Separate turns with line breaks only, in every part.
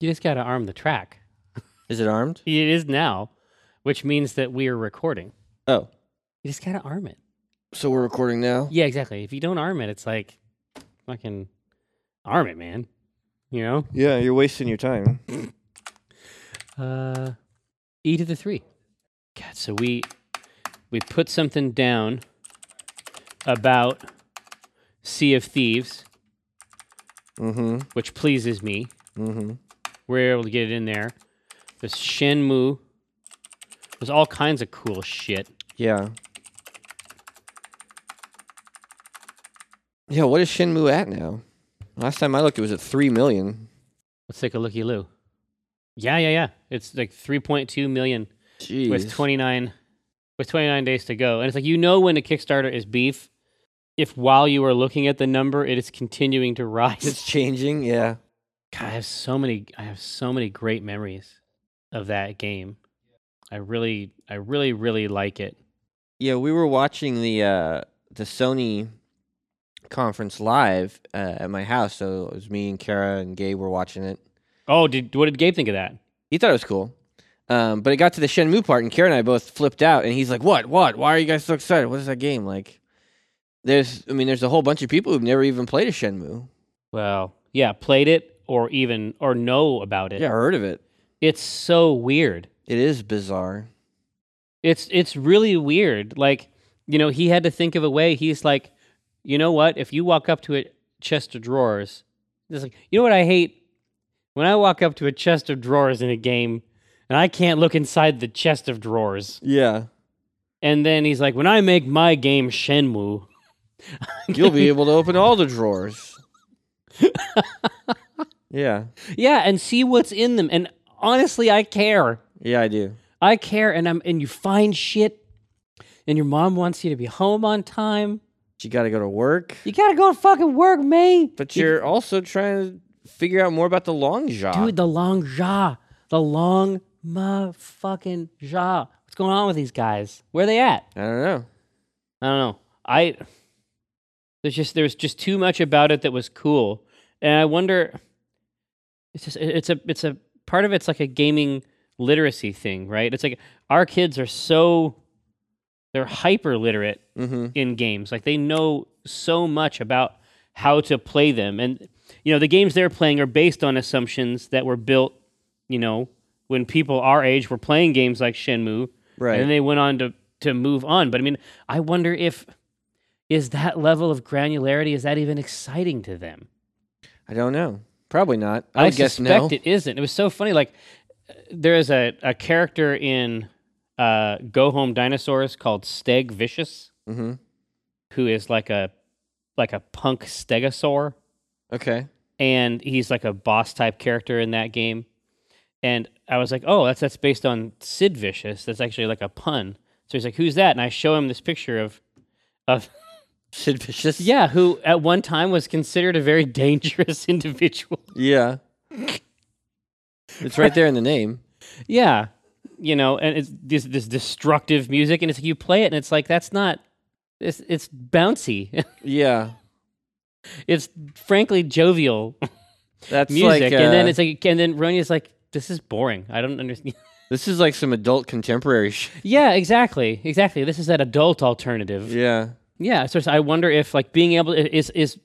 You just got to arm the track.
Is it armed?
It is now, which means that we are recording.
Oh,
You just got to arm it.
so we're recording now.
Yeah, exactly. If you don't arm it, it's like fucking arm it, man. You know?
Yeah, you're wasting your time.
Uh, e to the three. God, so we we put something down about Sea of Thieves,
Mm-hmm.
which pleases me.
Mm-hmm.
We were able to get it in there. There's Shenmue. There's all kinds of cool shit.
Yeah. Yeah. What is Shinmu at now? Last time I looked, it was at three million.
Let's take a looky loo. Yeah, yeah, yeah. It's like 3.2 million
Jeez.
with 29 with 29 days to go. And it's like you know when a Kickstarter is beef if while you are looking at the number it is continuing to rise.
It's changing. Yeah.
God, I have so many I have so many great memories of that game. I really I really really like it.
Yeah. We were watching the uh, the Sony conference live uh, at my house. So it was me and Kara and Gabe were watching it.
Oh, did what did Gabe think of that?
He thought it was cool. Um, but it got to the Shenmue part, and Karen and I both flipped out. And he's like, "What? What? Why are you guys so excited? What is that game like?" There's, I mean, there's a whole bunch of people who've never even played a Shenmue.
Well, yeah, played it or even or know about it.
Yeah, heard of it.
It's so weird.
It is bizarre.
It's it's really weird. Like, you know, he had to think of a way. He's like, you know what? If you walk up to a chest of drawers, it's like, you know what I hate? When I walk up to a chest of drawers in a game and I can't look inside the chest of drawers.
Yeah,
And then he's like, when I make my game Shenmue,
you'll be able to open all the drawers. yeah,
yeah, and see what's in them. And honestly, I care.
yeah, I do.
I care and I'm and you find shit and your mom wants you to be home on time.
But you got to go to work,
You gotta go and fucking work, man.
but you're also trying to figure out more about the long shot.
Dude, the long jaw. The long motherfucking jaw. What's going on with these guys? Where are they at?
I don't know.
I don't know. I there's just there's just too much about it that was cool. And I wonder it's just it's a it's a part of it's like a gaming literacy thing, right? It's like our kids are so they're hyper literate
Mm-hmm.
in games. Like they know so much about how to play them, and you know the games they're playing are based on assumptions that were built, you know, when people our age were playing games like Shenmue,
Right.
and then they went on to to move on. But I mean, I wonder if is that level of granularity is that even exciting to them?
I don't know. Probably not. I, would guess
suspect
no.
it isn't. It was so funny. Like there is a a character in uh, Go Home Dinosaurs called Steg Vicious
Mm-hmm.
who is like a like a punk stegosaur
Okay.
and he's like a boss type character in that game and i was like oh that's that's based on sid vicious that's actually like a pun so he's like who's that and i show him this picture of of
Sid Vicious.
yeah who at one time was considered a very dangerous individual
Yeah. it's right there in the name.
yeah you know and it's this this destructive music and it's like you play it and it's like that's not it's it's bouncy
Yeah.
it's frankly jovial
That's
music,
like,
and then
uh,
it's like, and then Ronya's like, "This is boring. I don't understand."
this is like some adult contemporary. Sh-
yeah, exactly, exactly. This is that adult alternative. Yeah.
yeah.
so it's- I wonder if like being able to, is is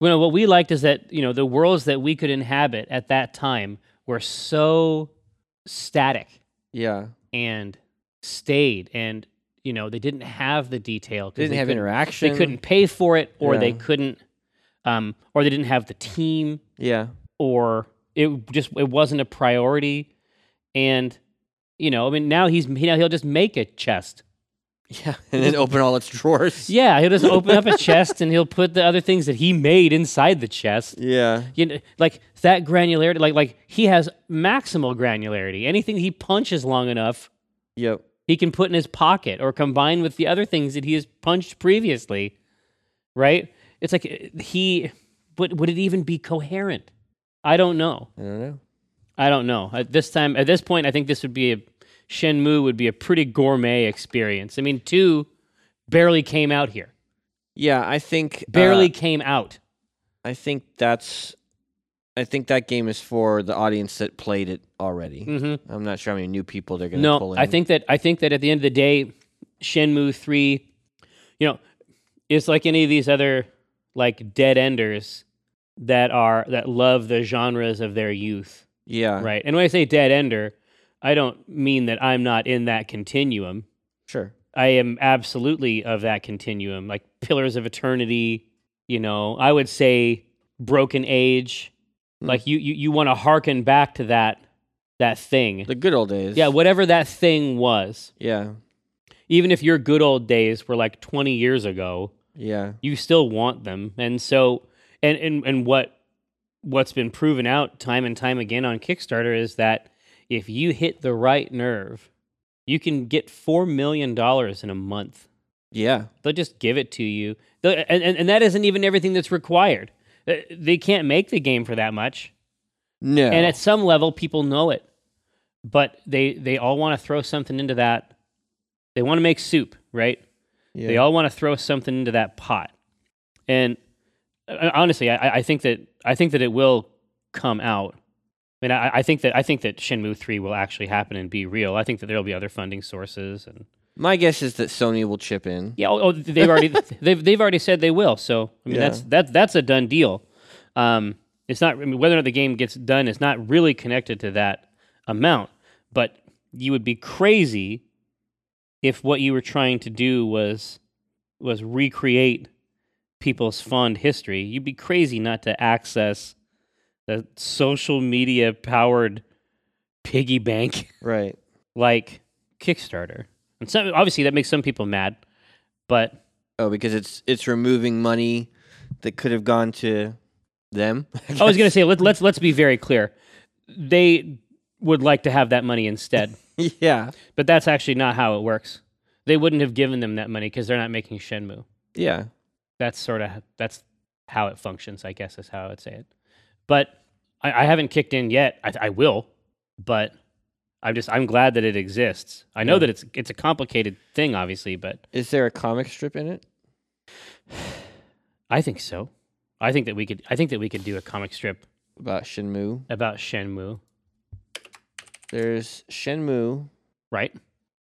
you know what we liked is that you know the worlds that we could inhabit at that time were so static
Yeah.
and stayed, and you know they didn't have the detail. 'cause
They didn't
they
have
couldn't-
interaction.
They couldn't pay for it, or they
Yeah.
couldn't, um, or they didn't have the team.
Yeah.
or it just it wasn't a priority and you know i mean now he's he- now he'll just make a chest
Yeah. And then open all its drawers.
yeah he'll just open up a chest and he'll put the other things that he made inside the chest
Yeah.
you know like that granularity like like he has maximal granularity anything he punches long enough
Yep.
he can put in his pocket or combine with the other things that he has punched previously right it's like uh, he would would it even be coherent i don't know
I don't know.
I don't know. At this time, at this point, I think this would be a Shenmue would be a pretty gourmet experience. I mean, two barely came out here.
Yeah, I think uh,
Barely came out.
I think that's I think that game is for the audience that played it already.
hmm
I'm not sure how many new people they're going to
No,
pull in.
I think that I think that at the end of the day, Shenmue three, you know, it's like any of these other like dead enders that are that love the genres of their youth,
Yeah.
right? And when I say dead ender, I don't mean that I'm not in that continuum.
Sure.
I am absolutely of that continuum, like Pillars of Eternity. You know, I would say Broken Age.
Hmm.
Like you, you, you want to hearken back to that that thing.
The good old days.
yeah, whatever that thing was.
yeah.
Even if your good old days were like 20 years ago,
Yeah.
you still want them. And so, and and and what what's been proven out time and time again on Kickstarter is that if you hit the right nerve, you can get four million dollars in a month.
Yeah.
They'll just give it to you. They'll- And, and, and that isn't even everything that's required. Uh, They can't make the game for that much.
No.
And at some level, people know it. But they, they all want to throw something into that. They want to make soup, right?
yeah.
They all want to throw something into that pot. And uh, honestly, I, I think that I think that it will come out. I mean, I, I think that I think that Shinmu three will actually happen and be real. I think that there will be other funding sources and
My guess is that Sony will chip in.
yeah, oh, oh, they've already they've they've already said they will. So I mean,
Yeah.
that's that that's a done deal. Um, it's not I mean, whether or not the game gets done is not really connected to that amount. But you would be crazy if what you were trying to do was was recreate people's fond history. You'd be crazy not to access the social media powered piggy bank
Right.
like Kickstarter. And some obviously that makes some people mad, but
Oh, because it's it's removing money that could have gone to them.
I was going to say let, let's let's be very clear. They would like to have that money instead,
guess. yeah.
but that's actually not how it works. They wouldn't have given them that money because they're not making Shenmue.
Yeah.
That's sort of that's how it functions, I guess is how I would say it. But I, I haven't kicked in yet. I, I will, but I'm just I'm glad that it exists. I know
Yeah.
that it's it's a complicated thing, obviously, but
Is there a comic strip in it?
I think so. I think that we could. I think that we could do a comic strip
About Shenmue.
about Shenmue,
There's Shenmue.
right?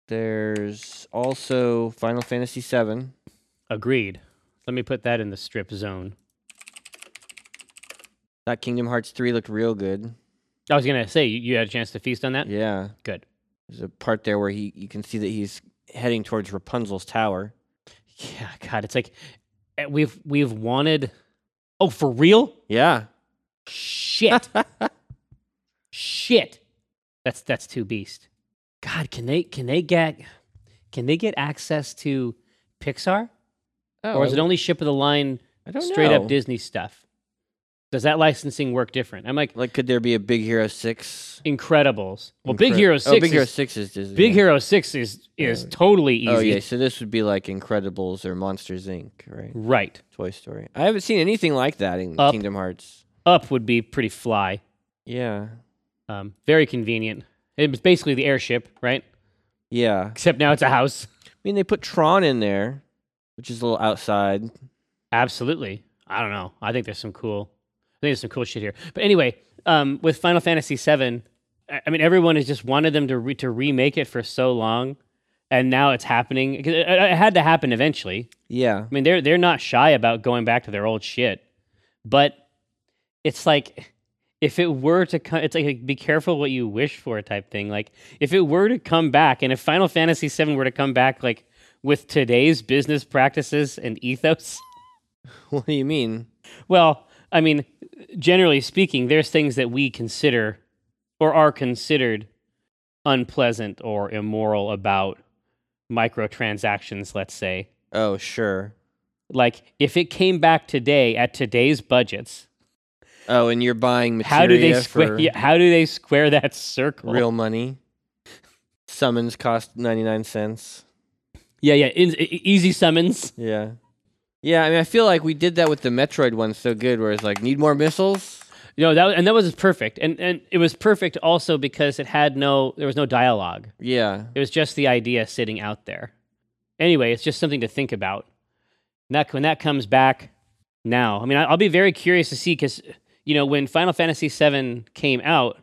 There's also Final Fantasy VII.
Agreed. Let me put that in the strip zone.
That Kingdom Hearts 3 looked real good.
I was gonna say you, you had a chance to feast on that.
Yeah.
Good.
There's a part there where he you can see that he's heading towards Rapunzel's tower.
Yeah, God, it's like eh, we've we've wanted. Oh, for real?
Yeah.
Shit. Shit. That's that's two beast. God, can they can they get can they get access to Pixar
Oh,
or is
I-
it only ship of the line
I don't
straight
know.
up Disney stuff? Does that licensing work different? I'm like
Like, could there be a Big Hero Six?
Incredibles. Well, Big
Incre-
Hero Six.
Oh, Big Hero
is,
Six is Disney.
Big Hero Six is is
Yeah.
totally easy.
Oh yeah, so this would be like Incredibles or Monsters Inc. Right?
Right.
Toy Story. I haven't seen anything like that in
Up.
Kingdom Hearts.
Up would be pretty fly.
Yeah.
Um, very convenient. It was basically the airship, right?
Yeah.
Except now it's a house.
I mean, they put Tron in there, which is a little outside.
Absolutely. I don't know. I think there's some cool. I think there's some cool shit here. But anyway, um, with Final Fantasy VII, I I mean, everyone has just wanted them to re- to remake it for so long, and now it's happening. 'Cause It, it it had to happen eventually.
Yeah.
I mean, they're they're not shy about going back to their old shit, but it's like if it were to come, it's like be careful what you wish for type thing. Like if it were to come back, and if Final Fantasy VII were to come back, like with today's business practices and ethos,
What do you mean?
well, I mean, generally speaking, there's things that we consider or are considered unpleasant or immoral about microtransactions. Let's say
Oh, sure.
like if it came back today at today's budgets
Oh, and you're buying material
how do they
for
square yeah, how do they square that circle
real money. Summons cost ninety nine cents.
yeah yeah in, e- e- easy summons
Yeah. Yeah, I mean, I feel like we did that with the Metroid one so good, where it's like, need more missiles?
no that and that was perfect and and it was perfect also because it had no there was no dialogue
Yeah.
it was just the idea sitting out there anyway it's just something to think about and that when that comes back now i mean I, i'll be very curious to see because you know, when Final Fantasy VII came out,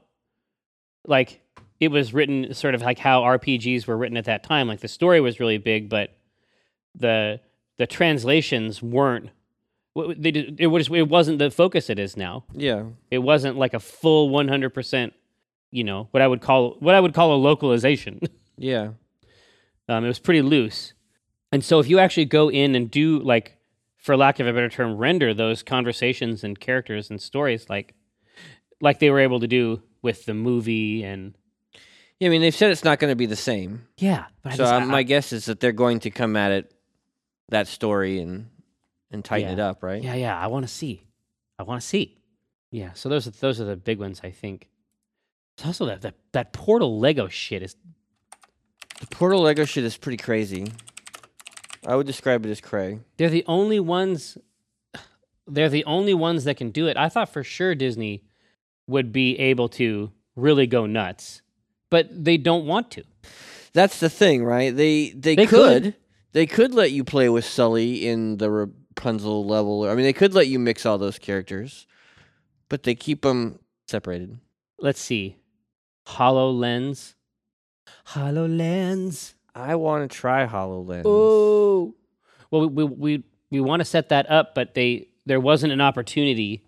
like it was written sort of like how RPGs were written at that time. Like the story was really big, but the the translations weren't. w- They did, it was it wasn't the focus it is now.
Yeah.
It wasn't like a full one hundred percent. You know what I would call what I would call a localization.
Yeah.
Um, it was pretty loose. And so if you actually go in and do like, for lack of a better term, render those conversations and characters and stories like, like they were able to do with the movie and
Yeah. I mean, they've said it's not going to be the same.
yeah. But I
so
just, I-
um, my guess is that they're going to come at it that story and and tighten
Yeah.
it up, right?
yeah, yeah. I want to see. I want to see. Yeah. So those are those are the big ones I think. It's also that that that Portal Lego shit is
The Portal Lego shit is pretty crazy. I would describe it as cray.
They're the only ones. They're the only ones that can do it. I thought for sure Disney would be able to really go nuts, but they don't want to.
That's the thing, right? They they,
They
could.
could.
they could let you play with Sully in the Rapunzel level. I mean, they could let you mix all those characters, but they keep them separated.
Let's see. Hololens. Hololens.
I want to try Hololens.
Oh. Well, we we we, we want to set that up, but they there wasn't an opportunity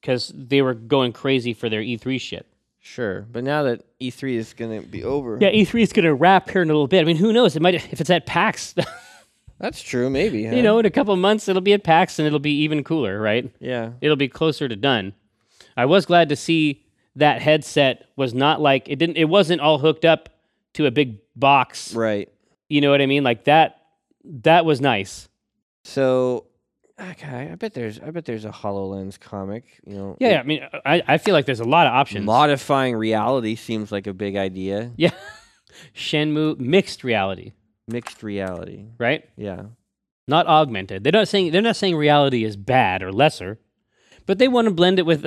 because they were going crazy for their E E3 shit.
Sure, but now that E3 is gonna be over,
Yeah, E3 is going to wrap here in a little bit. I mean, who knows? It might if it's at PAX.
that's true. Maybe huh?
you know, in a couple months it'll be at PAX and it'll be even cooler, right?
Yeah,
It'll be closer to done. I was glad to see that headset was not like it didn't it wasn't all hooked up to a big box.
right.
You know what I mean? Like that that was nice.
So, okay, I bet there's I bet there's a Hololens comic. You know,
Yeah, I mean I, I feel like there's a lot of options.
modifying reality seems like a big idea.
yeah. Shenmue mixed reality,
Mixed reality,
right?
yeah.
Not augmented. They're not saying they're not saying reality is bad or lesser, but they want to blend it with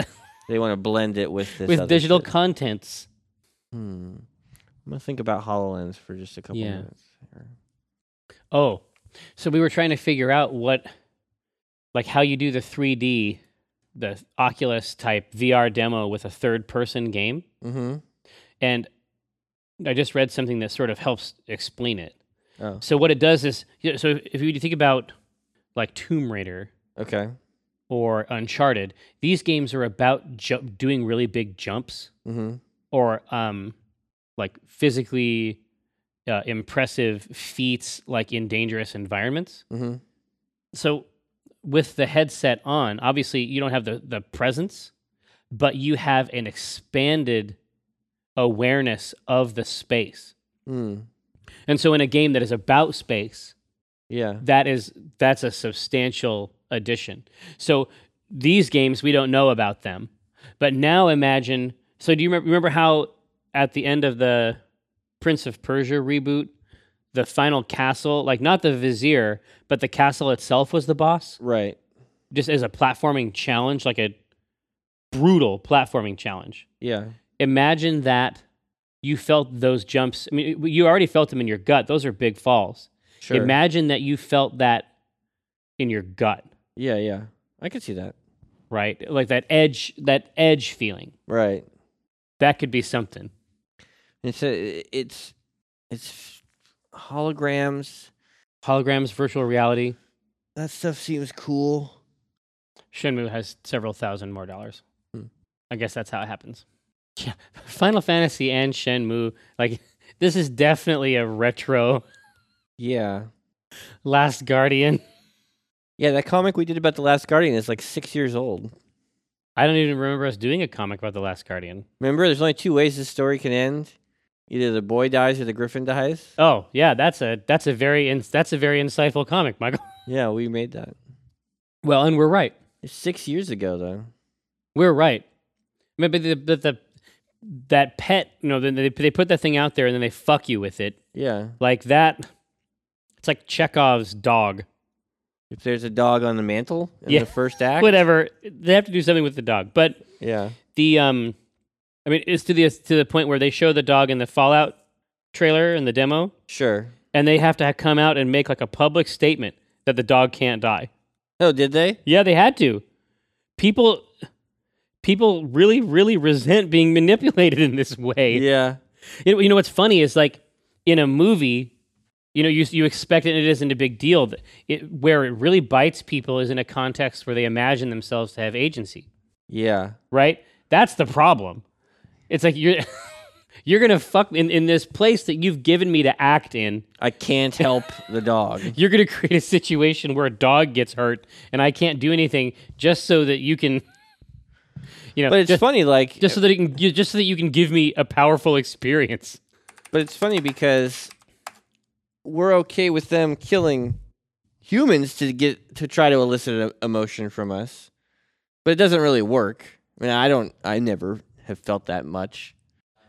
They want to blend it with this
with
other
digital
shit.
contents.
Hmm. I'm gonna think about Hololens for just a couple
Yeah.
minutes. here.
Oh, so we were trying to figure out what, like, how you do the 3D, the Oculus type VR demo with a third person game.
Mm-hmm.
And I just read something that sort of helps explain it.
Oh,
So, what it does is, yeah, so if you think about like Tomb Raider
okay.
or Uncharted, these games are about ju- doing really big jumps
Mm-hmm.
or um, like physically uh, impressive feats, like in dangerous environments.
Mm-hmm.
so with the headset on, obviously you don't have the the presence, but you have an expanded awareness of the space.
Mm.
And so in a game that is about space,
Yeah.
that is that's a substantial addition. So these games we don't know about them. But now imagine so do you remember, remember how at the end of the Prince of Persia reboot, the final castle, like not the vizier, but the castle itself was the boss?
Right.
just as a platforming challenge, like a brutal platforming challenge.
Yeah.
Imagine that you felt those jumps. I mean, you already felt them in your gut. Those are big falls.
Sure.
Imagine that you felt that in your gut,
yeah. Yeah. I could see that.
right? Like that edge, that edge feeling.
Right.
That could be something.
It's a, it's it's holograms.
Holograms, virtual reality.
That stuff seems cool.
Shenmue has several thousand more dollars.
Hmm.
I guess that's how it happens. Yeah, Final Fantasy and Shenmue. Like this is definitely a retro
Yeah.
Last Guardian.
Yeah, that comic we did about The Last Guardian is like six years old.
I don't even remember us doing a comic about the Last Guardian.
Remember, there's only two ways this story can end. Either the boy dies or the griffin dies.
Oh yeah, that's a that's a very in, that's a very insightful comic, Michael.
Yeah, we made that.
Well, and we're right.
It's six years ago though.
We're right. Maybe the, the, the that pet. You know, then they they put that thing out there and then they fuck you with it
Yeah.
like that. It's like Chekhov's dog.
If there's a dog on the mantle in
Yeah.
the first act.
Whatever. They have to do something with the dog, but
Yeah.
the um i mean it's to the to the point where they show the dog in the fallout trailer and the demo
Sure.
and they have to ha- come out and make like a public statement that the dog can't die
Oh, did they?
yeah they had to people people really, really resent being manipulated in this way.
Yeah.
You know, you know what's funny is like in a movie, you know, you you expect it and it isn't a big deal. Th- It, where it really bites people is in a context where they imagine themselves to have agency,
Yeah.
right? That's the problem. It's like you're you're gonna fuck in, in this place that you've given me to act in.
I can't help the dog.
You're gonna create a situation where a dog gets hurt and I can't do anything just so that you can, you know,
But it's
just,
funny, like,
just so that you can gi- just so that you can give me a powerful experience.
but it's funny because we're okay with them killing humans to get to try to elicit an emotion from us, but it doesn't really work. I mean, I don't. I never have felt that much.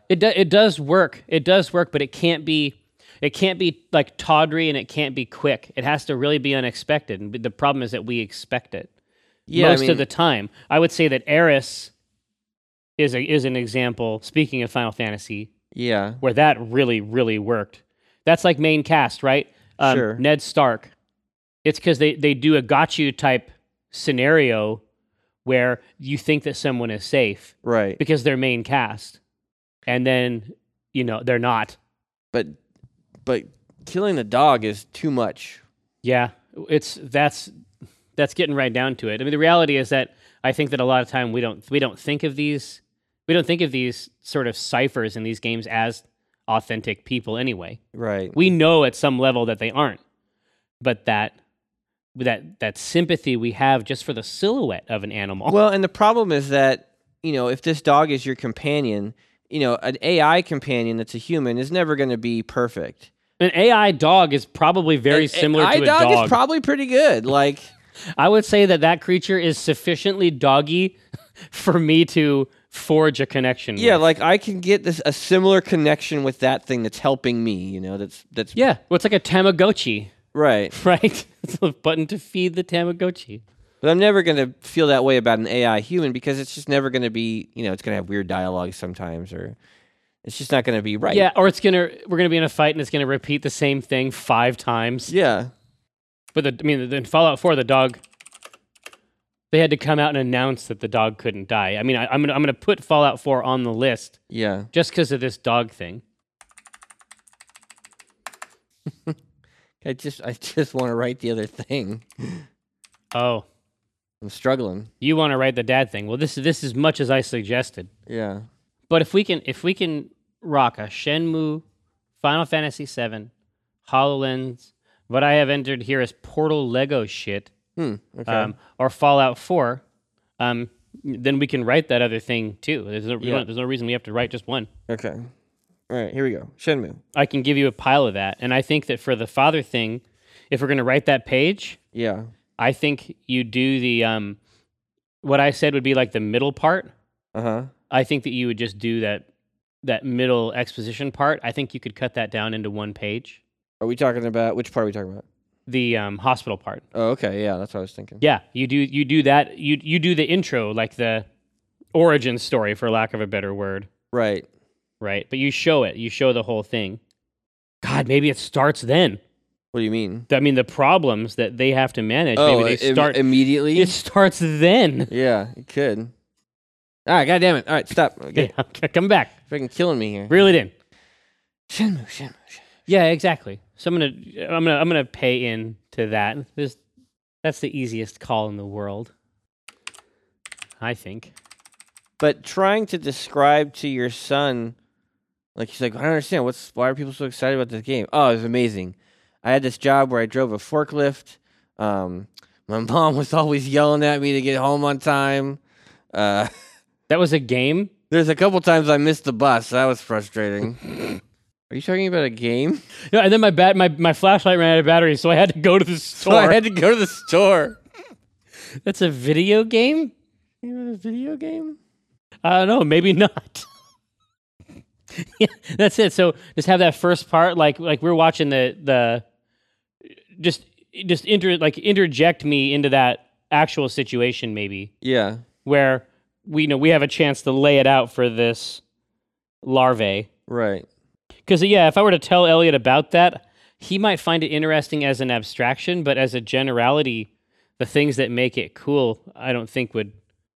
It do, it does work. It does work, but it can't be it can't be like tawdry and it can't be quick. It has to really be unexpected. And the problem is that we expect it
Yeah, I
most
mean-
of the time. I would say that Eris is a, is an example. Speaking of Final Fantasy,
Yeah.
where that really really worked. That's like main cast, right? Um,
Sure.
Ned Stark. It's because they they do a got you type scenario where you think that someone is safe
Right.
because they're main cast, and then you know they're not.
But but killing the dog is too much.
Yeah, it's that's that's getting right down to it. I mean, the reality is that I think that a lot of time we don't we don't think of these we don't think of these sort of ciphers in these games as authentic people anyway.
Right.
We know at some level that they aren't, but that that that sympathy we have just for the silhouette of an animal.
Well, and the problem is that, you know, if this dog is your companion, you know, an AI companion that's a human is never going to be perfect.
an AI dog is probably very
An
similar
AI
to a
dog,
dog.
is probably pretty good. Like,
I would say that that creature is sufficiently doggy for me to forge a connection.
yeah,
with.
like I can get this a similar connection with that thing that's helping me, you know, that's that's
yeah. Well, it's like a Tamagotchi,
right.
right? it's a button to feed the Tamagotchi.
But I'm never going to feel that way about an AI human because it's just never going to be, you know, it's going to have weird dialogue sometimes or it's just not going to be right.
Yeah, or it's gonna we're gonna be in a fight and it's gonna repeat the same thing five times.
Yeah.
But the, I mean, in Fallout Four, the dog. They had to come out and announce that the dog couldn't die. I mean, I, I'm gonna I'm gonna put Fallout Four on the list
Yeah.
just because of this dog thing.
I just I just want to write the other thing.
Oh,
I'm struggling.
you want to write the dad thing? Well, this this is much as I suggested.
Yeah.
But if we can if we can rock a Shenmue, Final Fantasy VII, Hololens, what I have entered here is Portal Lego shit,
Hmm. Okay.
um, or Fallout Four, um, then we can write that other thing too. There's no, we
Yeah.
don't- there's no reason we have to write just one.
Okay. All right, here we go. Shenmue.
I can give you a pile of that, and I think that for the father thing, if we're gonna write that page,
Yeah.
I think you do the um, what I said would be like the middle part.
Uh huh.
I think that you would just do that that middle exposition part. I think you could cut that down into one page.
Are we talking about which part are we talking about?
The um, hospital part.
Oh, okay. Yeah, that's what I was thinking.
Yeah, you do you do that. You you do the intro like the origin story for lack of a better word,
Right.
right? But you show it. You show the whole thing. God, maybe it starts then.
What do you mean? Oh,
I mean, the problems that they have to manage. maybe they
im-
start.
immediately.
it starts then.
yeah, it could. All right, goddamn it! All right, stop. Okay.
Yeah, okay, come back.
Freaking killing me here.
Reel it in.
Shenmue, Shenmue, Shenmue.
Yeah, exactly. So I'm gonna I'm gonna I'm gonna pay in to that. There's, that's the easiest call in the world. I think.
But trying to describe to your son, like he's like, I don't understand. What's why are people so excited about this game? Oh, it was amazing. I had this job where I drove a forklift. Um, my mom was always yelling at me to get home on time. Uh,
That was a game?
There's a couple times I missed the bus. That was frustrating. Are you talking about a game?
No, and then my bat my, my flashlight ran out of battery, so I had to go to the
So
store.
I had to go to the store.
That's a video game?
You know, a video game?
I don't know, maybe not. yeah, that's it. So just have that first part, like like we're watching the the just just inter like interject me into that actual situation maybe.
Yeah.
where we you know we have a chance to lay it out for this larvae.
Right.
Because yeah, if I were to tell Elliot about that, he might find it interesting as an abstraction, but as a generality, the things that make it cool, I don't think would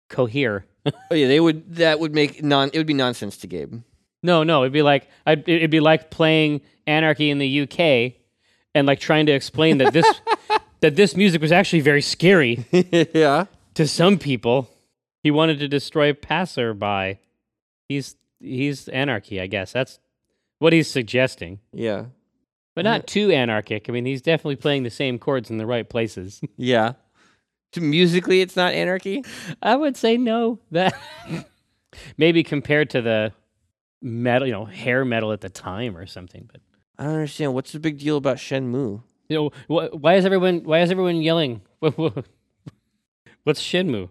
cohere.
Oh yeah, they would. That would make non. It would be nonsense to Gabe.
No, no, it'd be like I'd, it'd be like playing Anarchy in the UK and like trying to explain that this that this music was actually very scary
yeah.
to some people. He wanted to destroy passerby. He's he's anarchy, I guess. That's what he's suggesting.
Yeah.
But not too anarchic. I mean, he's definitely playing the same chords in the right places.
Yeah. So musically, it's not anarchy.
I would say no. That maybe compared to the metal, you know, hair metal at the time or something, but
I don't understand. What's the big deal about Shenmue?
You know, wh- why is everyone why is everyone yelling? What's Shinmu?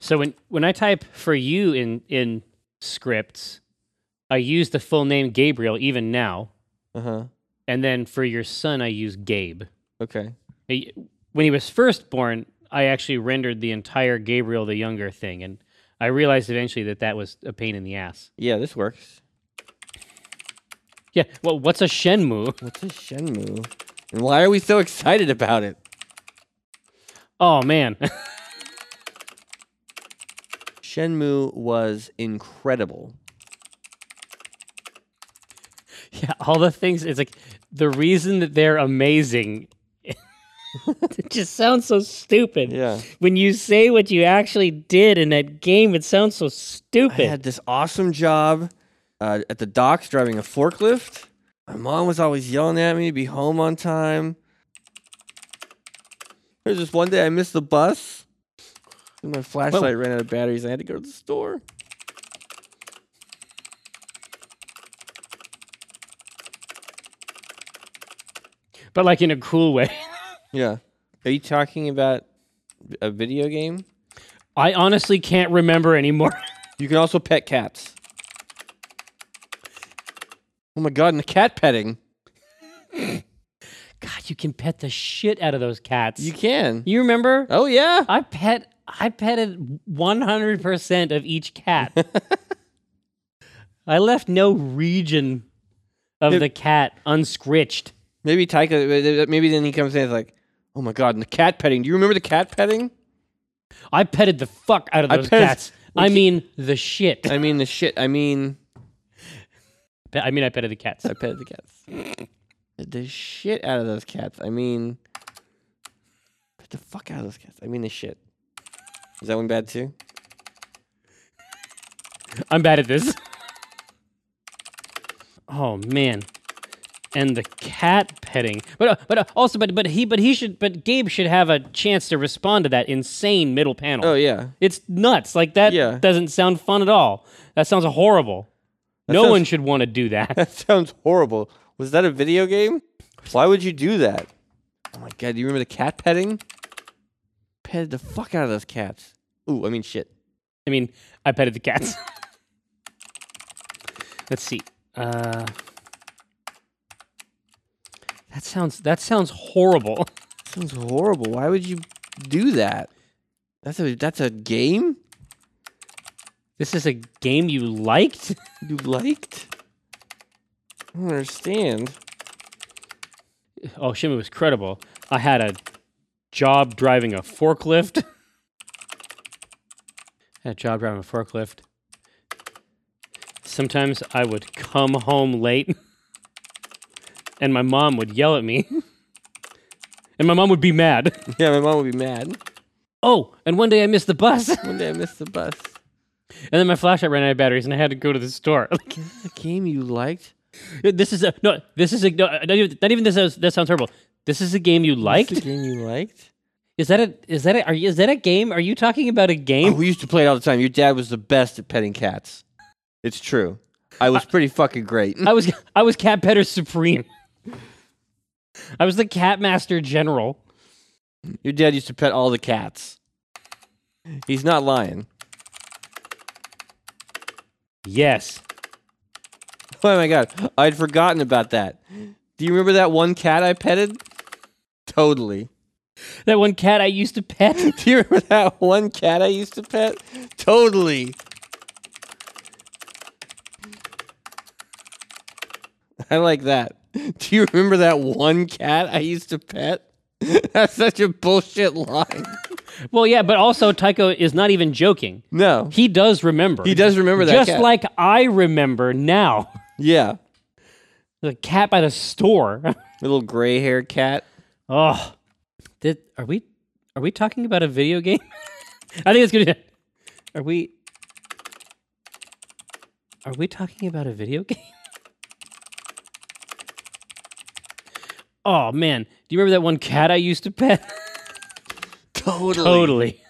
so when when I type for you in in scripts, I use the full name Gabriel even now,
Uh huh.
and then for your son I use Gabe.
Okay.
I- when he was first born, I actually rendered the entire Gabriel the Younger thing, and I realized eventually that that was a pain in the ass.
Yeah, this works.
Yeah, well, what's a Shenmue?
What's a Shenmue? And why are we so excited about it?
Oh man,
Shenmue was incredible.
yeah, all the things. It's like the reason that they're amazing. it just sounds so stupid.
Yeah.
When you say what you actually did in that game, it sounds so
I
stupid.
had this awesome job uh, at the docks driving a forklift. My mom was always yelling at me to be home on time. There's this one day I missed the bus. And my flashlight ran out of batteries. I had to go to the store.
but like in a cool way.
Yeah. Are you talking about a video game?
I honestly can't remember anymore.
You can also pet cats. Oh my god, and the cat petting.
God, you can pet the shit out of those cats.
You can.
you remember?
Oh yeah.
I pet I petted 100% of each cat. I left no region of
It-
the cat unscritched.
Maybe Taika uh, maybe then he comes in and is like, "Oh my god, and the cat petting. Do you remember the cat petting?"
I petted the fuck out of
I
those
petted-
cats. I mean the shit.
I mean the shit. I mean
Pe- I mean I petted the cats.
I petted the cats. the shit out of those cats. I mean pet the fuck out of those cats. I mean the shit. Is that one bad too?
I'm bad at this. Oh man. And the cat petting. But uh, but uh, also but but he but he should but Gabe should have a chance to respond to that insane middle panel.
Oh yeah.
It's nuts. Like that
Yeah.
doesn't sound fun at all. That sounds horrible. no
sounds-
one should want to do that.
That sounds horrible. Was that a video game? Why would you do that? Oh my god, do you remember the cat petting? Petted the fuck out of those cats. Ooh, I mean shit.
I mean, I petted the cats. Let's see. Uh, that sounds that sounds horrible.
Sounds horrible. Why would you do that? That's a that's a game
This is a game you liked?
you liked? I don't understand.
Oh, Shimmy was credible. I had a job driving a forklift. had a job driving a forklift. Sometimes I would come home late and my mom would yell at me. And my mom would be mad.
Yeah, my mom would be mad.
Oh, and one day I missed the bus. And
One day I missed the bus.
then my flashlight ran out of batteries and I had to go to the store. Like,
Is this a game you liked?
this is a no, this is a no, uh, not even, not even this sounds- that sounds horrible. This is a game you
Is
liked?
this a game you liked?
Is that a is that a are you, is that a game? Are you talking about a
Oh,
game?
we used to play it all the time. Your dad was the best at petting cats. It's true. I was pretty fucking great.
I was I was Cat Petter Supreme. I was the Cat Master General.
Your dad used to pet all the cats. He's not lying.
Yes.
Oh my god, I'd forgotten about that. Do you remember that one cat I petted? Totally.
That one cat I used to pet.
Do you remember that one cat I used to pet? Totally. I like that. Do you remember that one cat I used to pet? That's such a bullshit line.
Well, yeah, but also Tycho is not even joking.
No.
He does remember.
He does remember that
Just
cat.
like I remember now.
Yeah.
The cat by the store.
Little gray haired cat.
oh. Did are we are we talking about a video game? I think it's gonna Are we Are we talking about a video game? Oh man. Do you remember that one cat I used to pet?
Totally.
totally.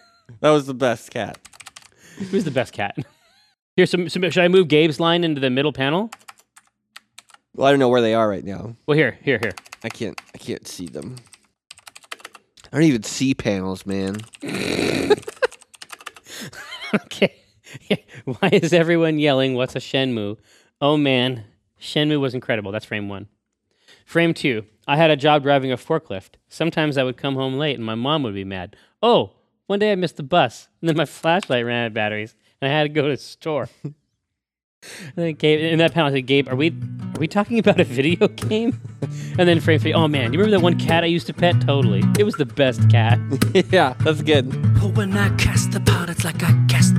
That was the best cat.
Who's the best cat? Here, some, some, should I move Gabe's line into the middle panel?
Well, I don't know where they are right now.
Well, here, here, here.
I can't I can't see them. I don't even see panels, man.
Okay. Why is everyone yelling, What's a Shenmue? Oh man, Shenmue was incredible. That's frame one. Frame two, I had a job driving a forklift. Sometimes I would come home late and my mom would be mad. Oh, one day I missed the bus and then my flashlight ran out of batteries and I had to go to the store. and then Gabe, in that panel, I said, Gabe, are we, are we talking about a video game? and then frame three, oh man, you remember that one cat I used to pet? Totally. It was the best cat.
yeah, that's good.
But when I cast the pot, it's like I cast